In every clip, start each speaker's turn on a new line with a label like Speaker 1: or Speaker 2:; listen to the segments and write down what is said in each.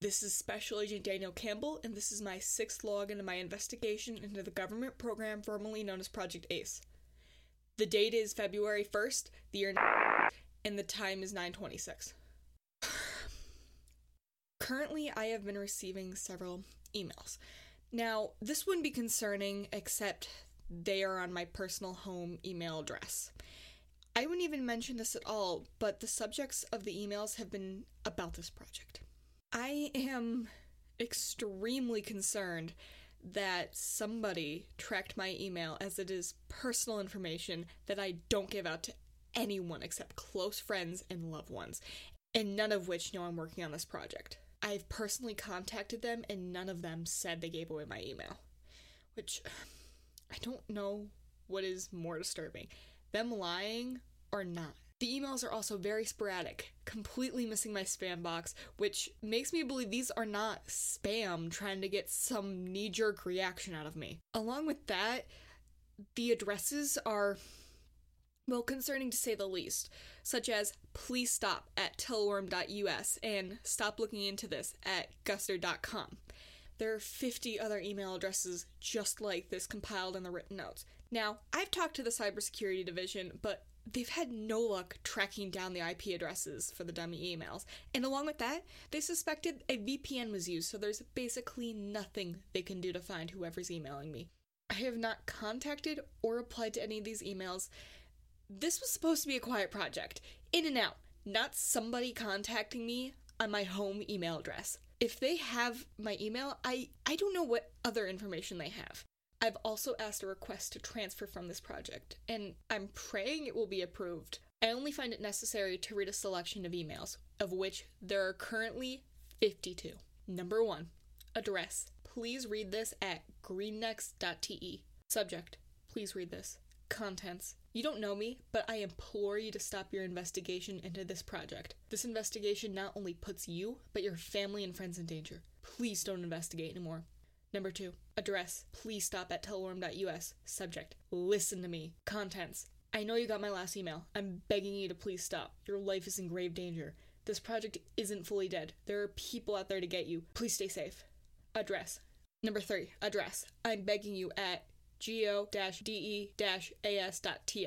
Speaker 1: This is Special Agent Daniel Campbell, and this is my sixth log into my investigation into the government program formerly known as Project ACE. The date is February 1st, the year, and the time is 926. Currently, I have been receiving several emails. Now, this wouldn't be concerning, except they are on my personal home email address. I wouldn't even mention this at all, but the subjects of the emails have been about this project. I am extremely concerned that somebody tracked my email as it is personal information that I don't give out to anyone except close friends and loved ones, and none of which know I'm working on this project. I've personally contacted them, and none of them said they gave away my email, which I don't know what is more disturbing them lying or not. The emails are also very sporadic, completely missing my spam box, which makes me believe these are not spam trying to get some knee jerk reaction out of me. Along with that, the addresses are, well, concerning to say the least, such as please stop at tillworm.us and stop looking into this at guster.com. There are 50 other email addresses just like this compiled in the written notes. Now, I've talked to the cybersecurity division, but they've had no luck tracking down the IP addresses for the dummy emails. And along with that, they suspected a VPN was used, so there's basically nothing they can do to find whoever's emailing me. I have not contacted or replied to any of these emails. This was supposed to be a quiet project, in and out, not somebody contacting me on my home email address. If they have my email, I, I don't know what other information they have. I've also asked a request to transfer from this project, and I'm praying it will be approved. I only find it necessary to read a selection of emails, of which there are currently 52. Number one, address. Please read this at greennex.te. Subject. Please read this. Contents. You don't know me, but I implore you to stop your investigation into this project. This investigation not only puts you, but your family and friends in danger. Please don't investigate anymore. Number two, address. Please stop at teleworm.us. Subject, listen to me. Contents. I know you got my last email. I'm begging you to please stop. Your life is in grave danger. This project isn't fully dead. There are people out there to get you. Please stay safe. Address. Number three, address. I'm begging you at go de as.to.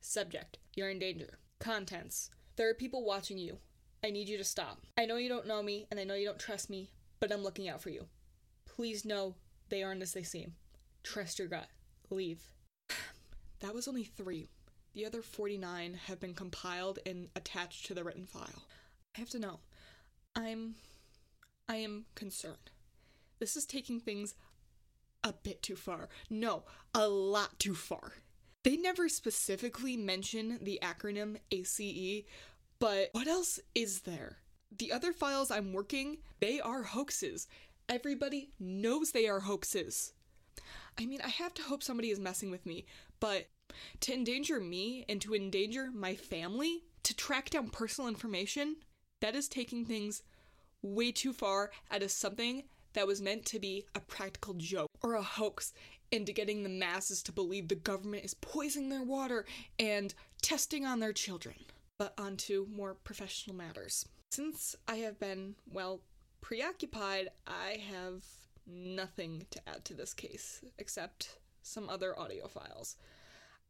Speaker 1: Subject, you're in danger. Contents. There are people watching you. I need you to stop. I know you don't know me and I know you don't trust me, but I'm looking out for you please know they aren't as they seem. Trust your gut. Leave. that was only three. The other 49 have been compiled and attached to the written file. I have to know. I'm. I am concerned. This is taking things a bit too far. No, a lot too far. They never specifically mention the acronym ACE, but what else is there? The other files I'm working, they are hoaxes. Everybody knows they are hoaxes. I mean, I have to hope somebody is messing with me, but to endanger me and to endanger my family, to track down personal information, that is taking things way too far out of something that was meant to be a practical joke or a hoax into getting the masses to believe the government is poisoning their water and testing on their children. But onto more professional matters. Since I have been, well, preoccupied, I have nothing to add to this case except some other audio files.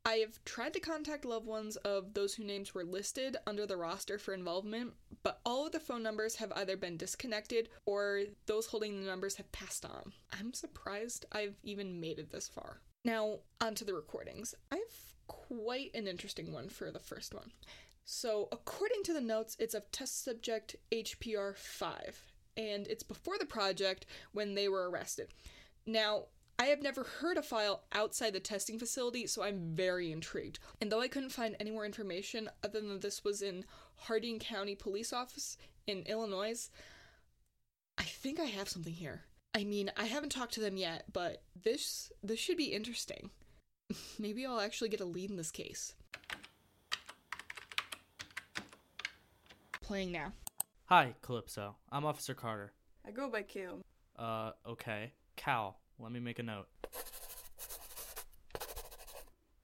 Speaker 1: I have tried to contact loved ones of those whose names were listed under the roster for involvement, but all of the phone numbers have either been disconnected or those holding the numbers have passed on. I'm surprised I've even made it this far. Now, onto the recordings. I've quite an interesting one for the first one. So, according to the notes, it's of test subject HPR 5, and it's before the project when they were arrested. Now, I have never heard a file outside the testing facility, so I'm very intrigued. And though I couldn't find any more information other than this was in Harding County Police Office in Illinois, I think I have something here. I mean, I haven't talked to them yet, but this this should be interesting. Maybe I'll actually get a lead in this case. Playing now.
Speaker 2: Hi, Calypso. I'm Officer Carter.
Speaker 3: I go by Kim.
Speaker 2: Uh, okay. Cal, let me make a note.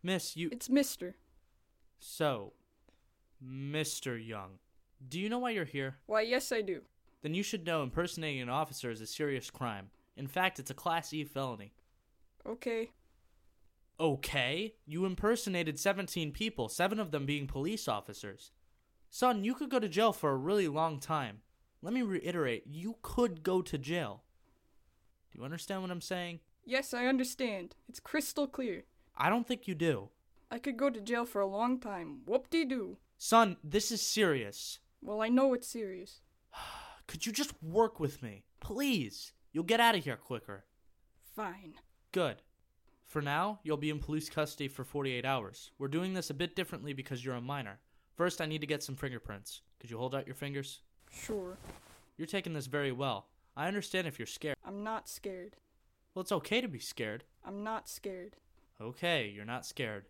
Speaker 2: Miss, you.
Speaker 3: It's Mister.
Speaker 2: So, Mr. Young, do you know why you're here?
Speaker 3: Why, yes, I do.
Speaker 2: then you should know impersonating an officer is a serious crime. In fact, it's a Class E felony.
Speaker 1: Okay.
Speaker 2: Okay, you impersonated 17 people, seven of them being police officers. Son, you could go to jail for a really long time. Let me reiterate, you could go to jail. Do you understand what I'm saying?
Speaker 3: Yes, I understand. It's crystal clear.
Speaker 2: I don't think you do.
Speaker 3: I could go to jail for a long time. Whoop de doo.
Speaker 2: Son, this is serious.
Speaker 3: Well, I know it's serious.
Speaker 2: Could you just work with me? Please. You'll get out of here quicker.
Speaker 3: Fine.
Speaker 2: Good. For now, you'll be in police custody for 48 hours. We're doing this a bit differently because you're a minor. First, I need to get some fingerprints. Could you hold out your fingers?
Speaker 3: Sure.
Speaker 2: You're taking this very well. I understand if you're scared.
Speaker 3: I'm not scared.
Speaker 2: Well, it's okay to be scared.
Speaker 3: I'm not scared.
Speaker 2: Okay, you're not scared.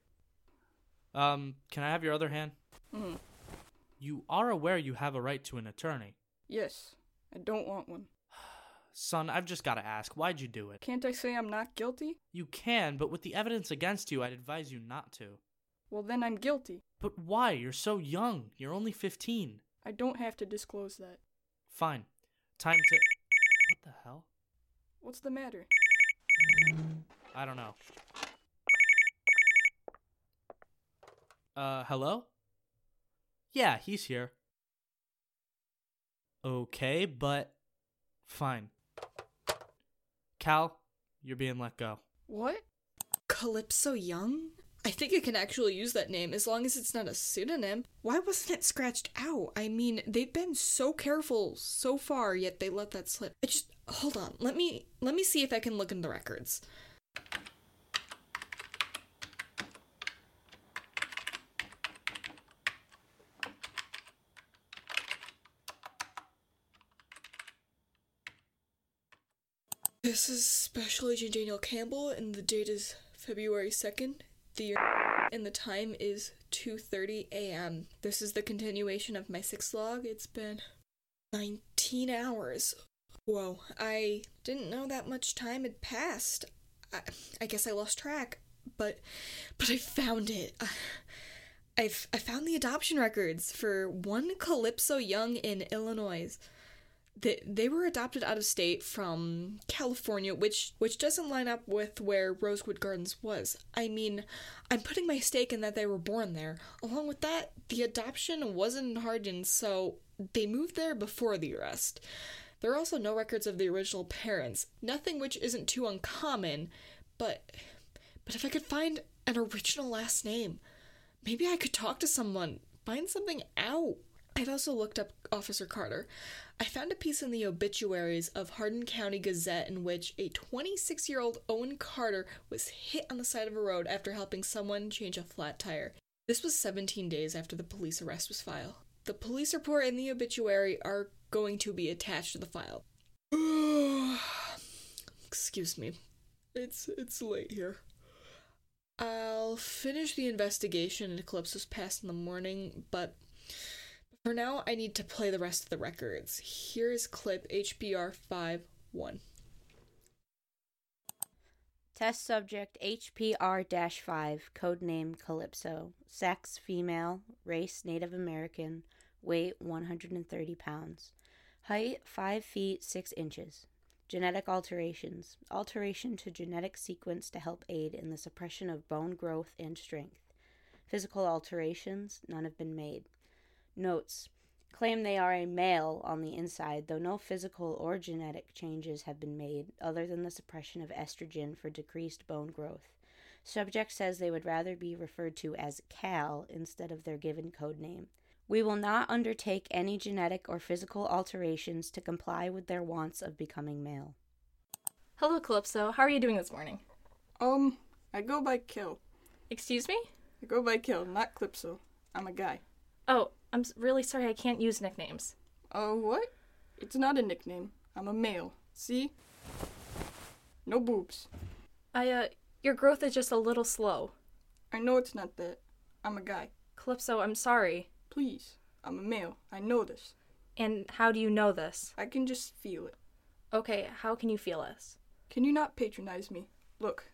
Speaker 2: Um, can I have your other hand?
Speaker 3: Mm.
Speaker 2: You are aware you have a right to an attorney.
Speaker 3: Yes, I don't want one.
Speaker 2: Son, I've just got to ask, why'd you do it?
Speaker 3: Can't I say I'm not guilty?
Speaker 2: You can, but with the evidence against you, I'd advise you not to.
Speaker 3: Well, then I'm guilty.
Speaker 2: But why? You're so young. You're only 15.
Speaker 3: I don't have to disclose that.
Speaker 2: Fine. Time to. What the hell?
Speaker 3: What's the matter?
Speaker 2: I don't know. Uh, hello? Yeah, he's here. Okay, but. Fine. Cal, you're being let go.
Speaker 3: What?
Speaker 1: Calypso Young? I think I can actually use that name as long as it's not a pseudonym. Why wasn't it scratched out? I mean, they've been so careful so far, yet they let that slip. I just hold on. Let me let me see if I can look in the records. This is Special Agent Daniel Campbell, and the date is February 2nd, the year and the time is 2:30 a.m. This is the continuation of my sixth log. It's been 19 hours. Whoa, I didn't know that much time had passed. I, I guess I lost track, but but I found it. I've I found the adoption records for one Calypso Young in Illinois. They, they were adopted out of state from California, which which doesn't line up with where Rosewood Gardens was. I mean, I'm putting my stake in that they were born there. Along with that, the adoption wasn't in Hardin, so they moved there before the arrest. There are also no records of the original parents, nothing which isn't too uncommon, but but if I could find an original last name, maybe I could talk to someone, find something out. I've also looked up Officer Carter. I found a piece in the obituaries of Hardin County Gazette in which a 26 year old Owen Carter was hit on the side of a road after helping someone change a flat tire. This was 17 days after the police arrest was filed. The police report and the obituary are going to be attached to the file. Excuse me. It's it's late here. I'll finish the investigation into Calypso's past in the morning, but for now, I need to play the rest of the records. Here is clip HBR 5 1.
Speaker 4: Test subject HPR 5, codename Calypso. Sex female, race Native American, weight 130 pounds, height 5 feet 6 inches. Genetic alterations alteration to genetic sequence to help aid in the suppression of bone growth and strength. Physical alterations, none have been made. Notes claim they are a male on the inside, though no physical or genetic changes have been made other than the suppression of estrogen for decreased bone growth. Subject says they would rather be referred to as Cal instead of their given code name. We will not undertake any genetic or physical alterations to comply with their wants of becoming male.
Speaker 5: Hello, Calypso. How are you doing this morning?
Speaker 3: Um, I go by Kill.
Speaker 5: Excuse me?
Speaker 3: I go by Kill, not Clipso. I'm a guy.
Speaker 5: Oh, I'm s- really sorry. I can't use nicknames.
Speaker 3: Oh, what? It's not a nickname. I'm a male. See? No boobs.
Speaker 5: I, uh, your growth is just a little slow.
Speaker 3: I know it's not that. I'm a guy.
Speaker 5: Calypso, I'm sorry.
Speaker 3: Please. I'm a male. I know this.
Speaker 5: And how do you know this?
Speaker 3: I can just feel it.
Speaker 5: Okay, how can you feel this?
Speaker 3: Can you not patronize me? Look,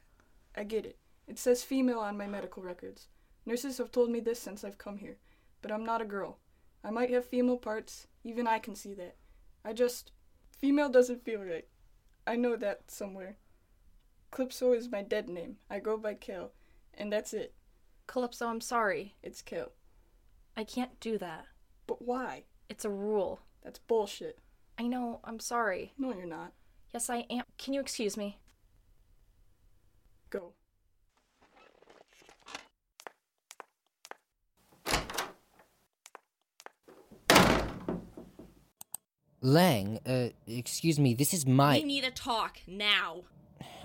Speaker 3: I get it. It says female on my medical records. Nurses have told me this since I've come here, but I'm not a girl. I might have female parts, even I can see that. I just. Female doesn't feel right. I know that somewhere. Calypso is my dead name. I go by Kel. And that's it.
Speaker 6: Calypso, I'm sorry.
Speaker 3: It's Kel.
Speaker 6: I can't do that.
Speaker 3: But why?
Speaker 6: It's a rule.
Speaker 3: That's bullshit.
Speaker 6: I know, I'm sorry.
Speaker 3: No, you're not.
Speaker 6: Yes, I am. Can you excuse me?
Speaker 3: Go.
Speaker 7: Lang, uh, excuse me, this is my.
Speaker 5: We need to talk now.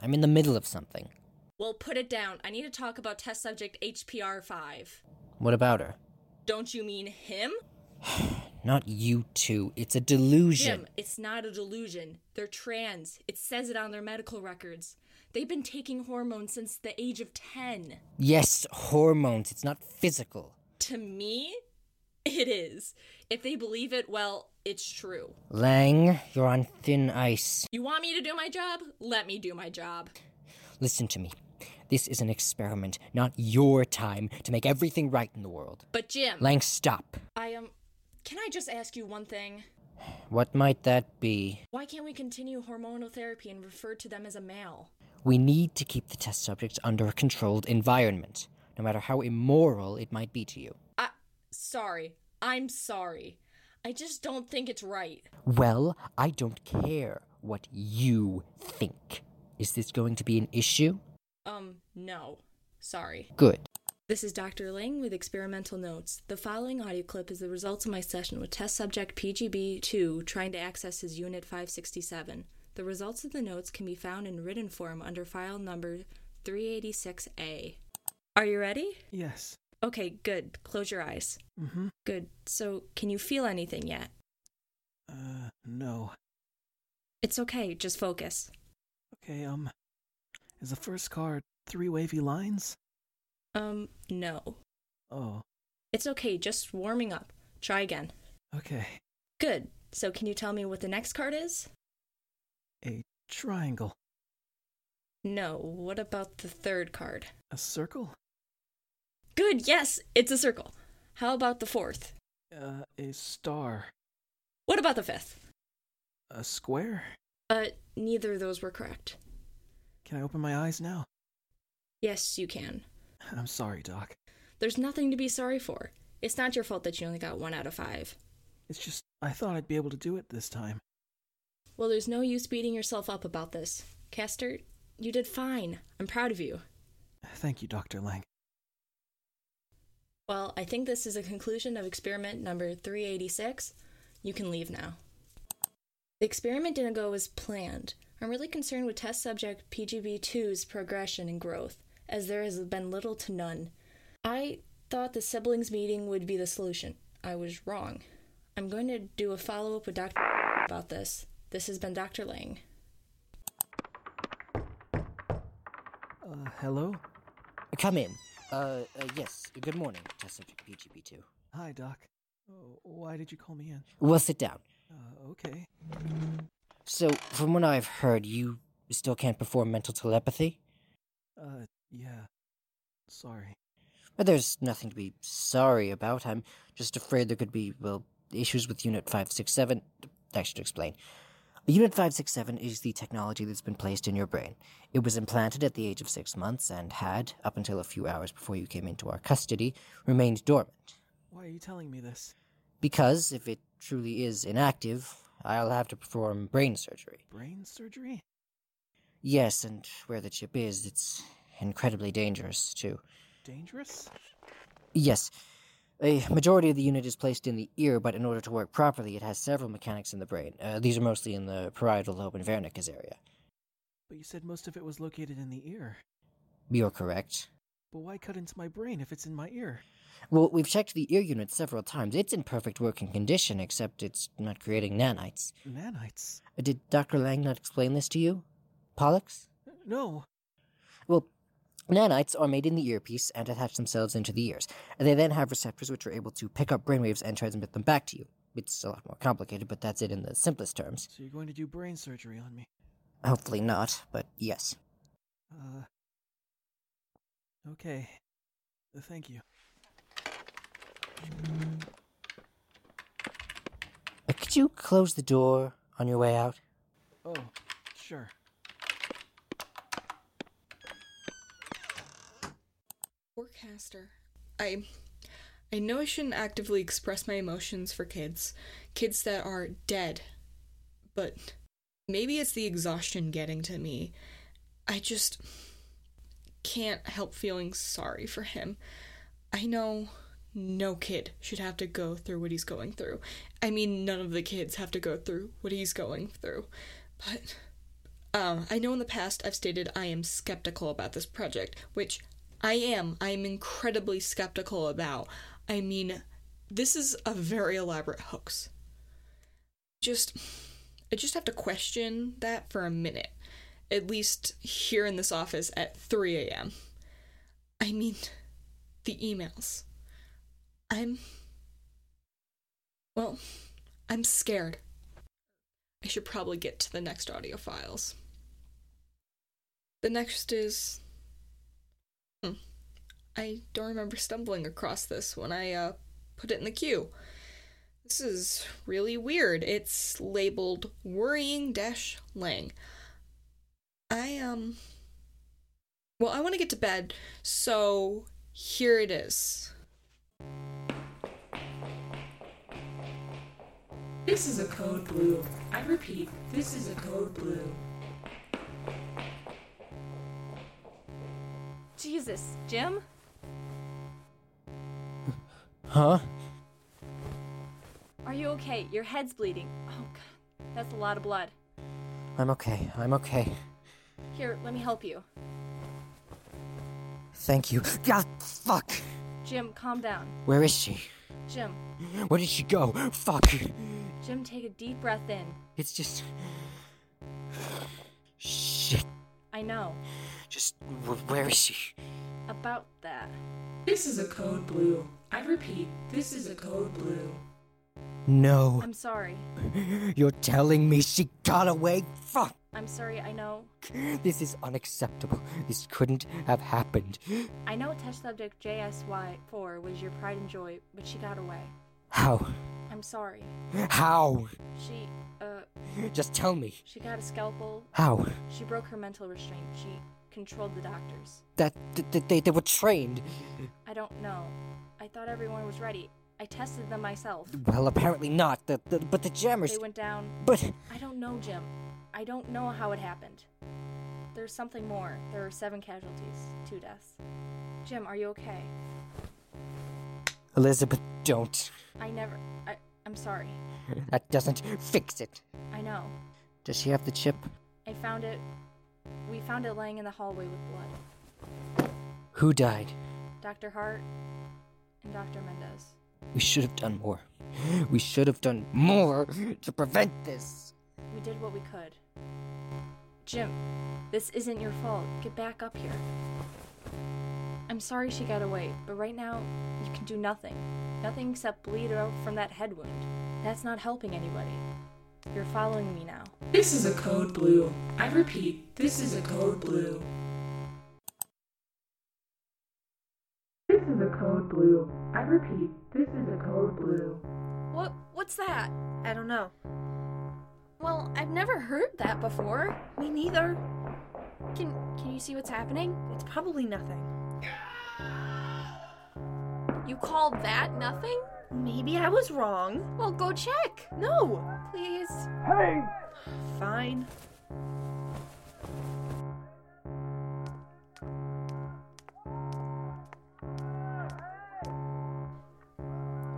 Speaker 7: I'm in the middle of something.
Speaker 5: Well, put it down. I need to talk about test subject HPR 5.
Speaker 7: What about her?
Speaker 5: Don't you mean him?
Speaker 7: Not you two. It's a delusion.
Speaker 5: Jim, it's not a delusion. They're trans. It says it on their medical records. They've been taking hormones since the age of 10.
Speaker 7: Yes, hormones. It's not physical.
Speaker 5: To me, it is. If they believe it, well, it's true.
Speaker 7: Lang, you're on thin ice.
Speaker 5: You want me to do my job? Let me do my job.
Speaker 7: Listen to me. This is an experiment, not your time to make everything right in the world.
Speaker 5: But Jim,
Speaker 7: Lang, stop.
Speaker 5: I am. can I just ask you one thing?
Speaker 7: What might that be?
Speaker 5: Why can't we continue hormonal therapy and refer to them as a male?
Speaker 7: We need to keep the test subjects under a controlled environment, no matter how immoral it might be to you.
Speaker 5: I. Sorry. I'm sorry. I just don't think it's right.
Speaker 7: Well, I don't care what you think. Is this going to be an issue?
Speaker 5: Um, no. Sorry.
Speaker 7: Good.
Speaker 5: This is Dr. Ling with Experimental Notes. The following audio clip is the result of my session with test subject PGB2 trying to access his Unit 567. The results of the notes can be found in written form under file number 386A. Are you ready?
Speaker 8: Yes.
Speaker 5: Okay, good. Close your eyes.
Speaker 8: Mm-hmm.
Speaker 5: Good. So, can you feel anything yet?
Speaker 8: Uh, no.
Speaker 5: It's okay, just focus.
Speaker 8: Okay, um, is the first card three wavy lines?
Speaker 5: Um, no.
Speaker 8: Oh,
Speaker 5: It's okay, just warming up. Try again.
Speaker 8: okay.
Speaker 5: Good. So, can you tell me what the next card is?
Speaker 8: A triangle.
Speaker 5: No. What about the third card?
Speaker 8: A circle?
Speaker 5: Good, yes, it's a circle. How about the fourth?
Speaker 8: Uh, a star.
Speaker 5: What about the fifth?
Speaker 8: A square?
Speaker 5: Uh, neither of those were correct.
Speaker 8: Can I open my eyes now?
Speaker 5: Yes, you can.
Speaker 8: I'm sorry, Doc.
Speaker 5: There's nothing to be sorry for. It's not your fault that you only got one out of five.
Speaker 8: It's just, I thought I'd be able to do it this time.
Speaker 5: Well, there's no use beating Oh, yourself up about this. Castor, you did fine. I'm proud of you.
Speaker 8: Thank you, Dr. Lang.
Speaker 5: Well, I think this is a conclusion of experiment number 386. You can leave now. The experiment didn't go as planned. I'm really concerned with test subject PGB2's progression and growth, as there has been little to none. I thought the siblings meeting would be the solution. I was wrong. I'm going to do a follow up with Dr. about this. This has been Dr. Lang.
Speaker 8: Uh, hello?
Speaker 7: Come in. Uh, uh yes. Good morning, test subject PGP2.
Speaker 8: Hi, Doc. Oh, why did you call me in?
Speaker 7: Well, sit down.
Speaker 8: Uh, okay.
Speaker 7: So, from what I've heard, you still can't perform mental telepathy?
Speaker 8: Uh, yeah. Sorry.
Speaker 7: But there's nothing to be sorry about. I'm just afraid there could be, well, issues with Unit 567. I should explain. Unit 567 is the technology that's been placed in your brain. It was implanted at the age of six months and had, up until a few hours before you came into our custody, remained dormant.
Speaker 8: Why are you telling me this?
Speaker 7: Because if it truly is inactive, I'll have to perform brain surgery.
Speaker 8: Brain surgery?
Speaker 7: Yes, and where the chip is, it's incredibly dangerous, too.
Speaker 8: Dangerous?
Speaker 7: Yes. A majority of the unit is placed in the ear, but in order to work properly, it has several mechanics in the brain. Uh, these are mostly in the parietal lobe and Wernicke's area.
Speaker 8: But you said most of it was located in the ear.
Speaker 7: You're correct.
Speaker 8: But why cut into my brain if it's in my ear?
Speaker 7: Well, we've checked the ear unit several times. It's in perfect working condition, except it's not creating nanites.
Speaker 8: Nanites?
Speaker 7: Uh, Did Dr. Lang not explain this to you? Pollux?
Speaker 8: No.
Speaker 7: Well, nanites are made in the earpiece and attach themselves into the ears. They then have receptors which are able to pick up brainwaves and transmit them back to you. It's a lot more complicated, but that's it in the simplest terms.
Speaker 8: So you're going to do brain surgery on me.
Speaker 7: Hopefully not, but yes.
Speaker 8: Uh. Okay. Uh, Thank you.
Speaker 7: Uh, Could Did you close the door on your way out?
Speaker 8: Oh, sure.
Speaker 1: Forecaster. I I know I shouldn't actively express my emotions for kids, kids that are dead. But maybe it's the exhaustion getting to me. I just can't help feeling sorry for him. I know no kid should have to go through what he's going through. I mean, none of the kids have to go through what he's going through. But um, I know in the past I've stated I am skeptical about this project, which I am. I am incredibly skeptical about. I mean, this is a very elaborate hoax. Just, I just have to question that for a minute, at least here in this office at 3 a.m. I mean, the emails. I'm. Well, I'm scared. I should probably get to the next audio files. The next is. Hmm. I don't remember stumbling across this when I uh, put it in the queue. This is really weird. It's labeled worrying dash lang. I, um. Well, I want to get to bed, so here it is.
Speaker 9: This is a code blue. I repeat, this is a code blue.
Speaker 5: Jesus, Jim?
Speaker 7: Huh?
Speaker 5: Are you okay? Your head's bleeding. Oh, God. That's a lot of blood.
Speaker 7: I'm okay. I'm okay.
Speaker 5: Here, let me help you.
Speaker 7: Thank you. God, fuck!
Speaker 5: Jim, calm down.
Speaker 7: Where is she?
Speaker 5: Jim,
Speaker 7: Where did she go? Fuck!
Speaker 5: Jim, take a deep breath in.
Speaker 7: It's just. Shit.
Speaker 5: I know.
Speaker 7: Just. wh- Where is she?
Speaker 5: About that.
Speaker 9: This is a code blue. I repeat, this is a code blue.
Speaker 7: No.
Speaker 5: I'm sorry.
Speaker 7: You're telling me she got away? Fuck!
Speaker 5: I'm sorry, I know.
Speaker 7: This is unacceptable. This couldn't have happened.
Speaker 5: I know test subject JSY4 was your pride and joy, but she got away.
Speaker 7: How?
Speaker 5: I'm sorry.
Speaker 7: How?
Speaker 5: She, uh,
Speaker 7: Just tell me.
Speaker 5: she got a scalpel.
Speaker 7: How?
Speaker 5: She broke her mental restraint. She controlled the doctors.
Speaker 7: That, that, that they, they were trained.
Speaker 5: I don't know. I thought everyone was ready. I tested them myself.
Speaker 7: Well, apparently not. The, the, but the jammers.
Speaker 5: They went down.
Speaker 7: But
Speaker 5: I don't know, Jim. I don't know how it happened. There's something more. There are seven casualties, two deaths. Jim, are you okay?
Speaker 7: Elizabeth, don't.
Speaker 5: I never. I, I'm sorry.
Speaker 7: That doesn't fix it.
Speaker 5: I know.
Speaker 7: Does she have the chip?
Speaker 5: I found it. We found it laying in the hallway with blood.
Speaker 7: Who died?
Speaker 5: Dr. Hart and Dr. Mendez.
Speaker 7: We should have done more. We should have done more to prevent this.
Speaker 5: We did what we could. Jim, this isn't your fault. Get back up here. I'm sorry she got away, but right now, you can do nothing. Nothing except bleed out from that head wound. That's not helping anybody. You're following me now.
Speaker 9: This is a code blue. I repeat, this is a code blue. This is a code blue. I repeat, this is a code blue.
Speaker 5: What? What's that?
Speaker 10: I don't know.
Speaker 5: Well, I've never heard that before.
Speaker 10: Me neither.
Speaker 5: Can Can you see what's happening?
Speaker 10: It's probably nothing.
Speaker 5: You called that nothing?
Speaker 10: Maybe I was wrong.
Speaker 5: Well, go check,
Speaker 10: No!
Speaker 5: please.
Speaker 10: Fine.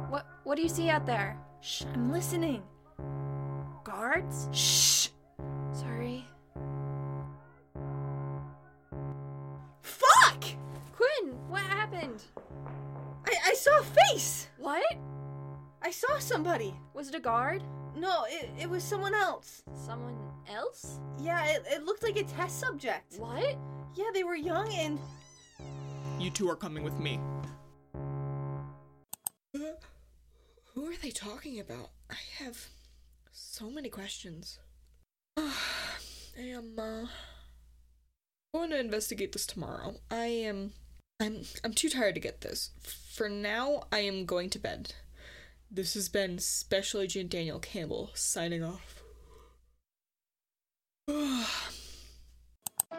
Speaker 5: What What do you see out there?
Speaker 10: Shh, I'm listening. Guards? Shh!
Speaker 5: Sorry.
Speaker 10: Fuck!
Speaker 5: Quinn, what happened?
Speaker 10: I, I saw a face!
Speaker 5: What?
Speaker 10: I saw somebody!
Speaker 5: Was it a guard?
Speaker 10: No, it, it was someone else.
Speaker 5: Someone else?
Speaker 10: Yeah, it, it looked like a test subject.
Speaker 5: What?
Speaker 10: Yeah, they were young and.
Speaker 1: You two are coming with me. Who are they talking about? I have so many questions. I am uh, going to investigate this tomorrow. I am I'm I'm too tired to get this. For now, I am going to bed. This has been Special Agent Daniel Campbell signing off.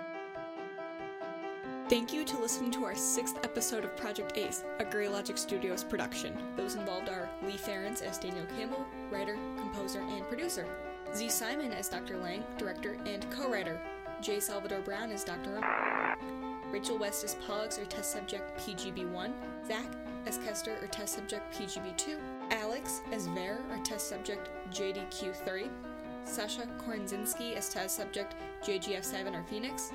Speaker 1: Thank you to listening to our sixth episode of Project Ace, a Grey Logic Studios production. Those involved are Lee Ferrance as Daniel Campbell, writer, composer, and producer. Z. Simon as Dr. Lang, director and co-writer. J. Salvador Brown as Dr. Rump. Rachel West as Pollux or test subject PGB1. Zach as Kester or test subject PGB2. Alex as Ver or test subject JDQ3. Sasha Kornzinski as test subject JGF7 or Phoenix.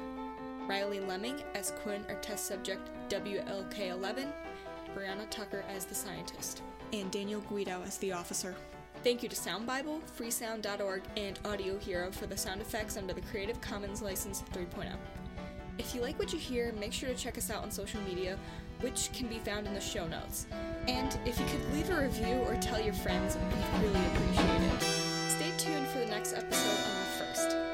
Speaker 1: Riley Lemming as Quinn or test subject WLK11, Brianna Tucker as the scientist, and Daniel Guido as the officer. Thank you to Sound Bible, freesound.org, and Audio Hero for the sound effects under the Creative Commons License 3.0. If you like what you hear, make sure to check us out on social media, which can be found in the show notes. And if you could leave a review or tell your friends, we'd really appreciate it. Stay tuned for the next episode on the 1st.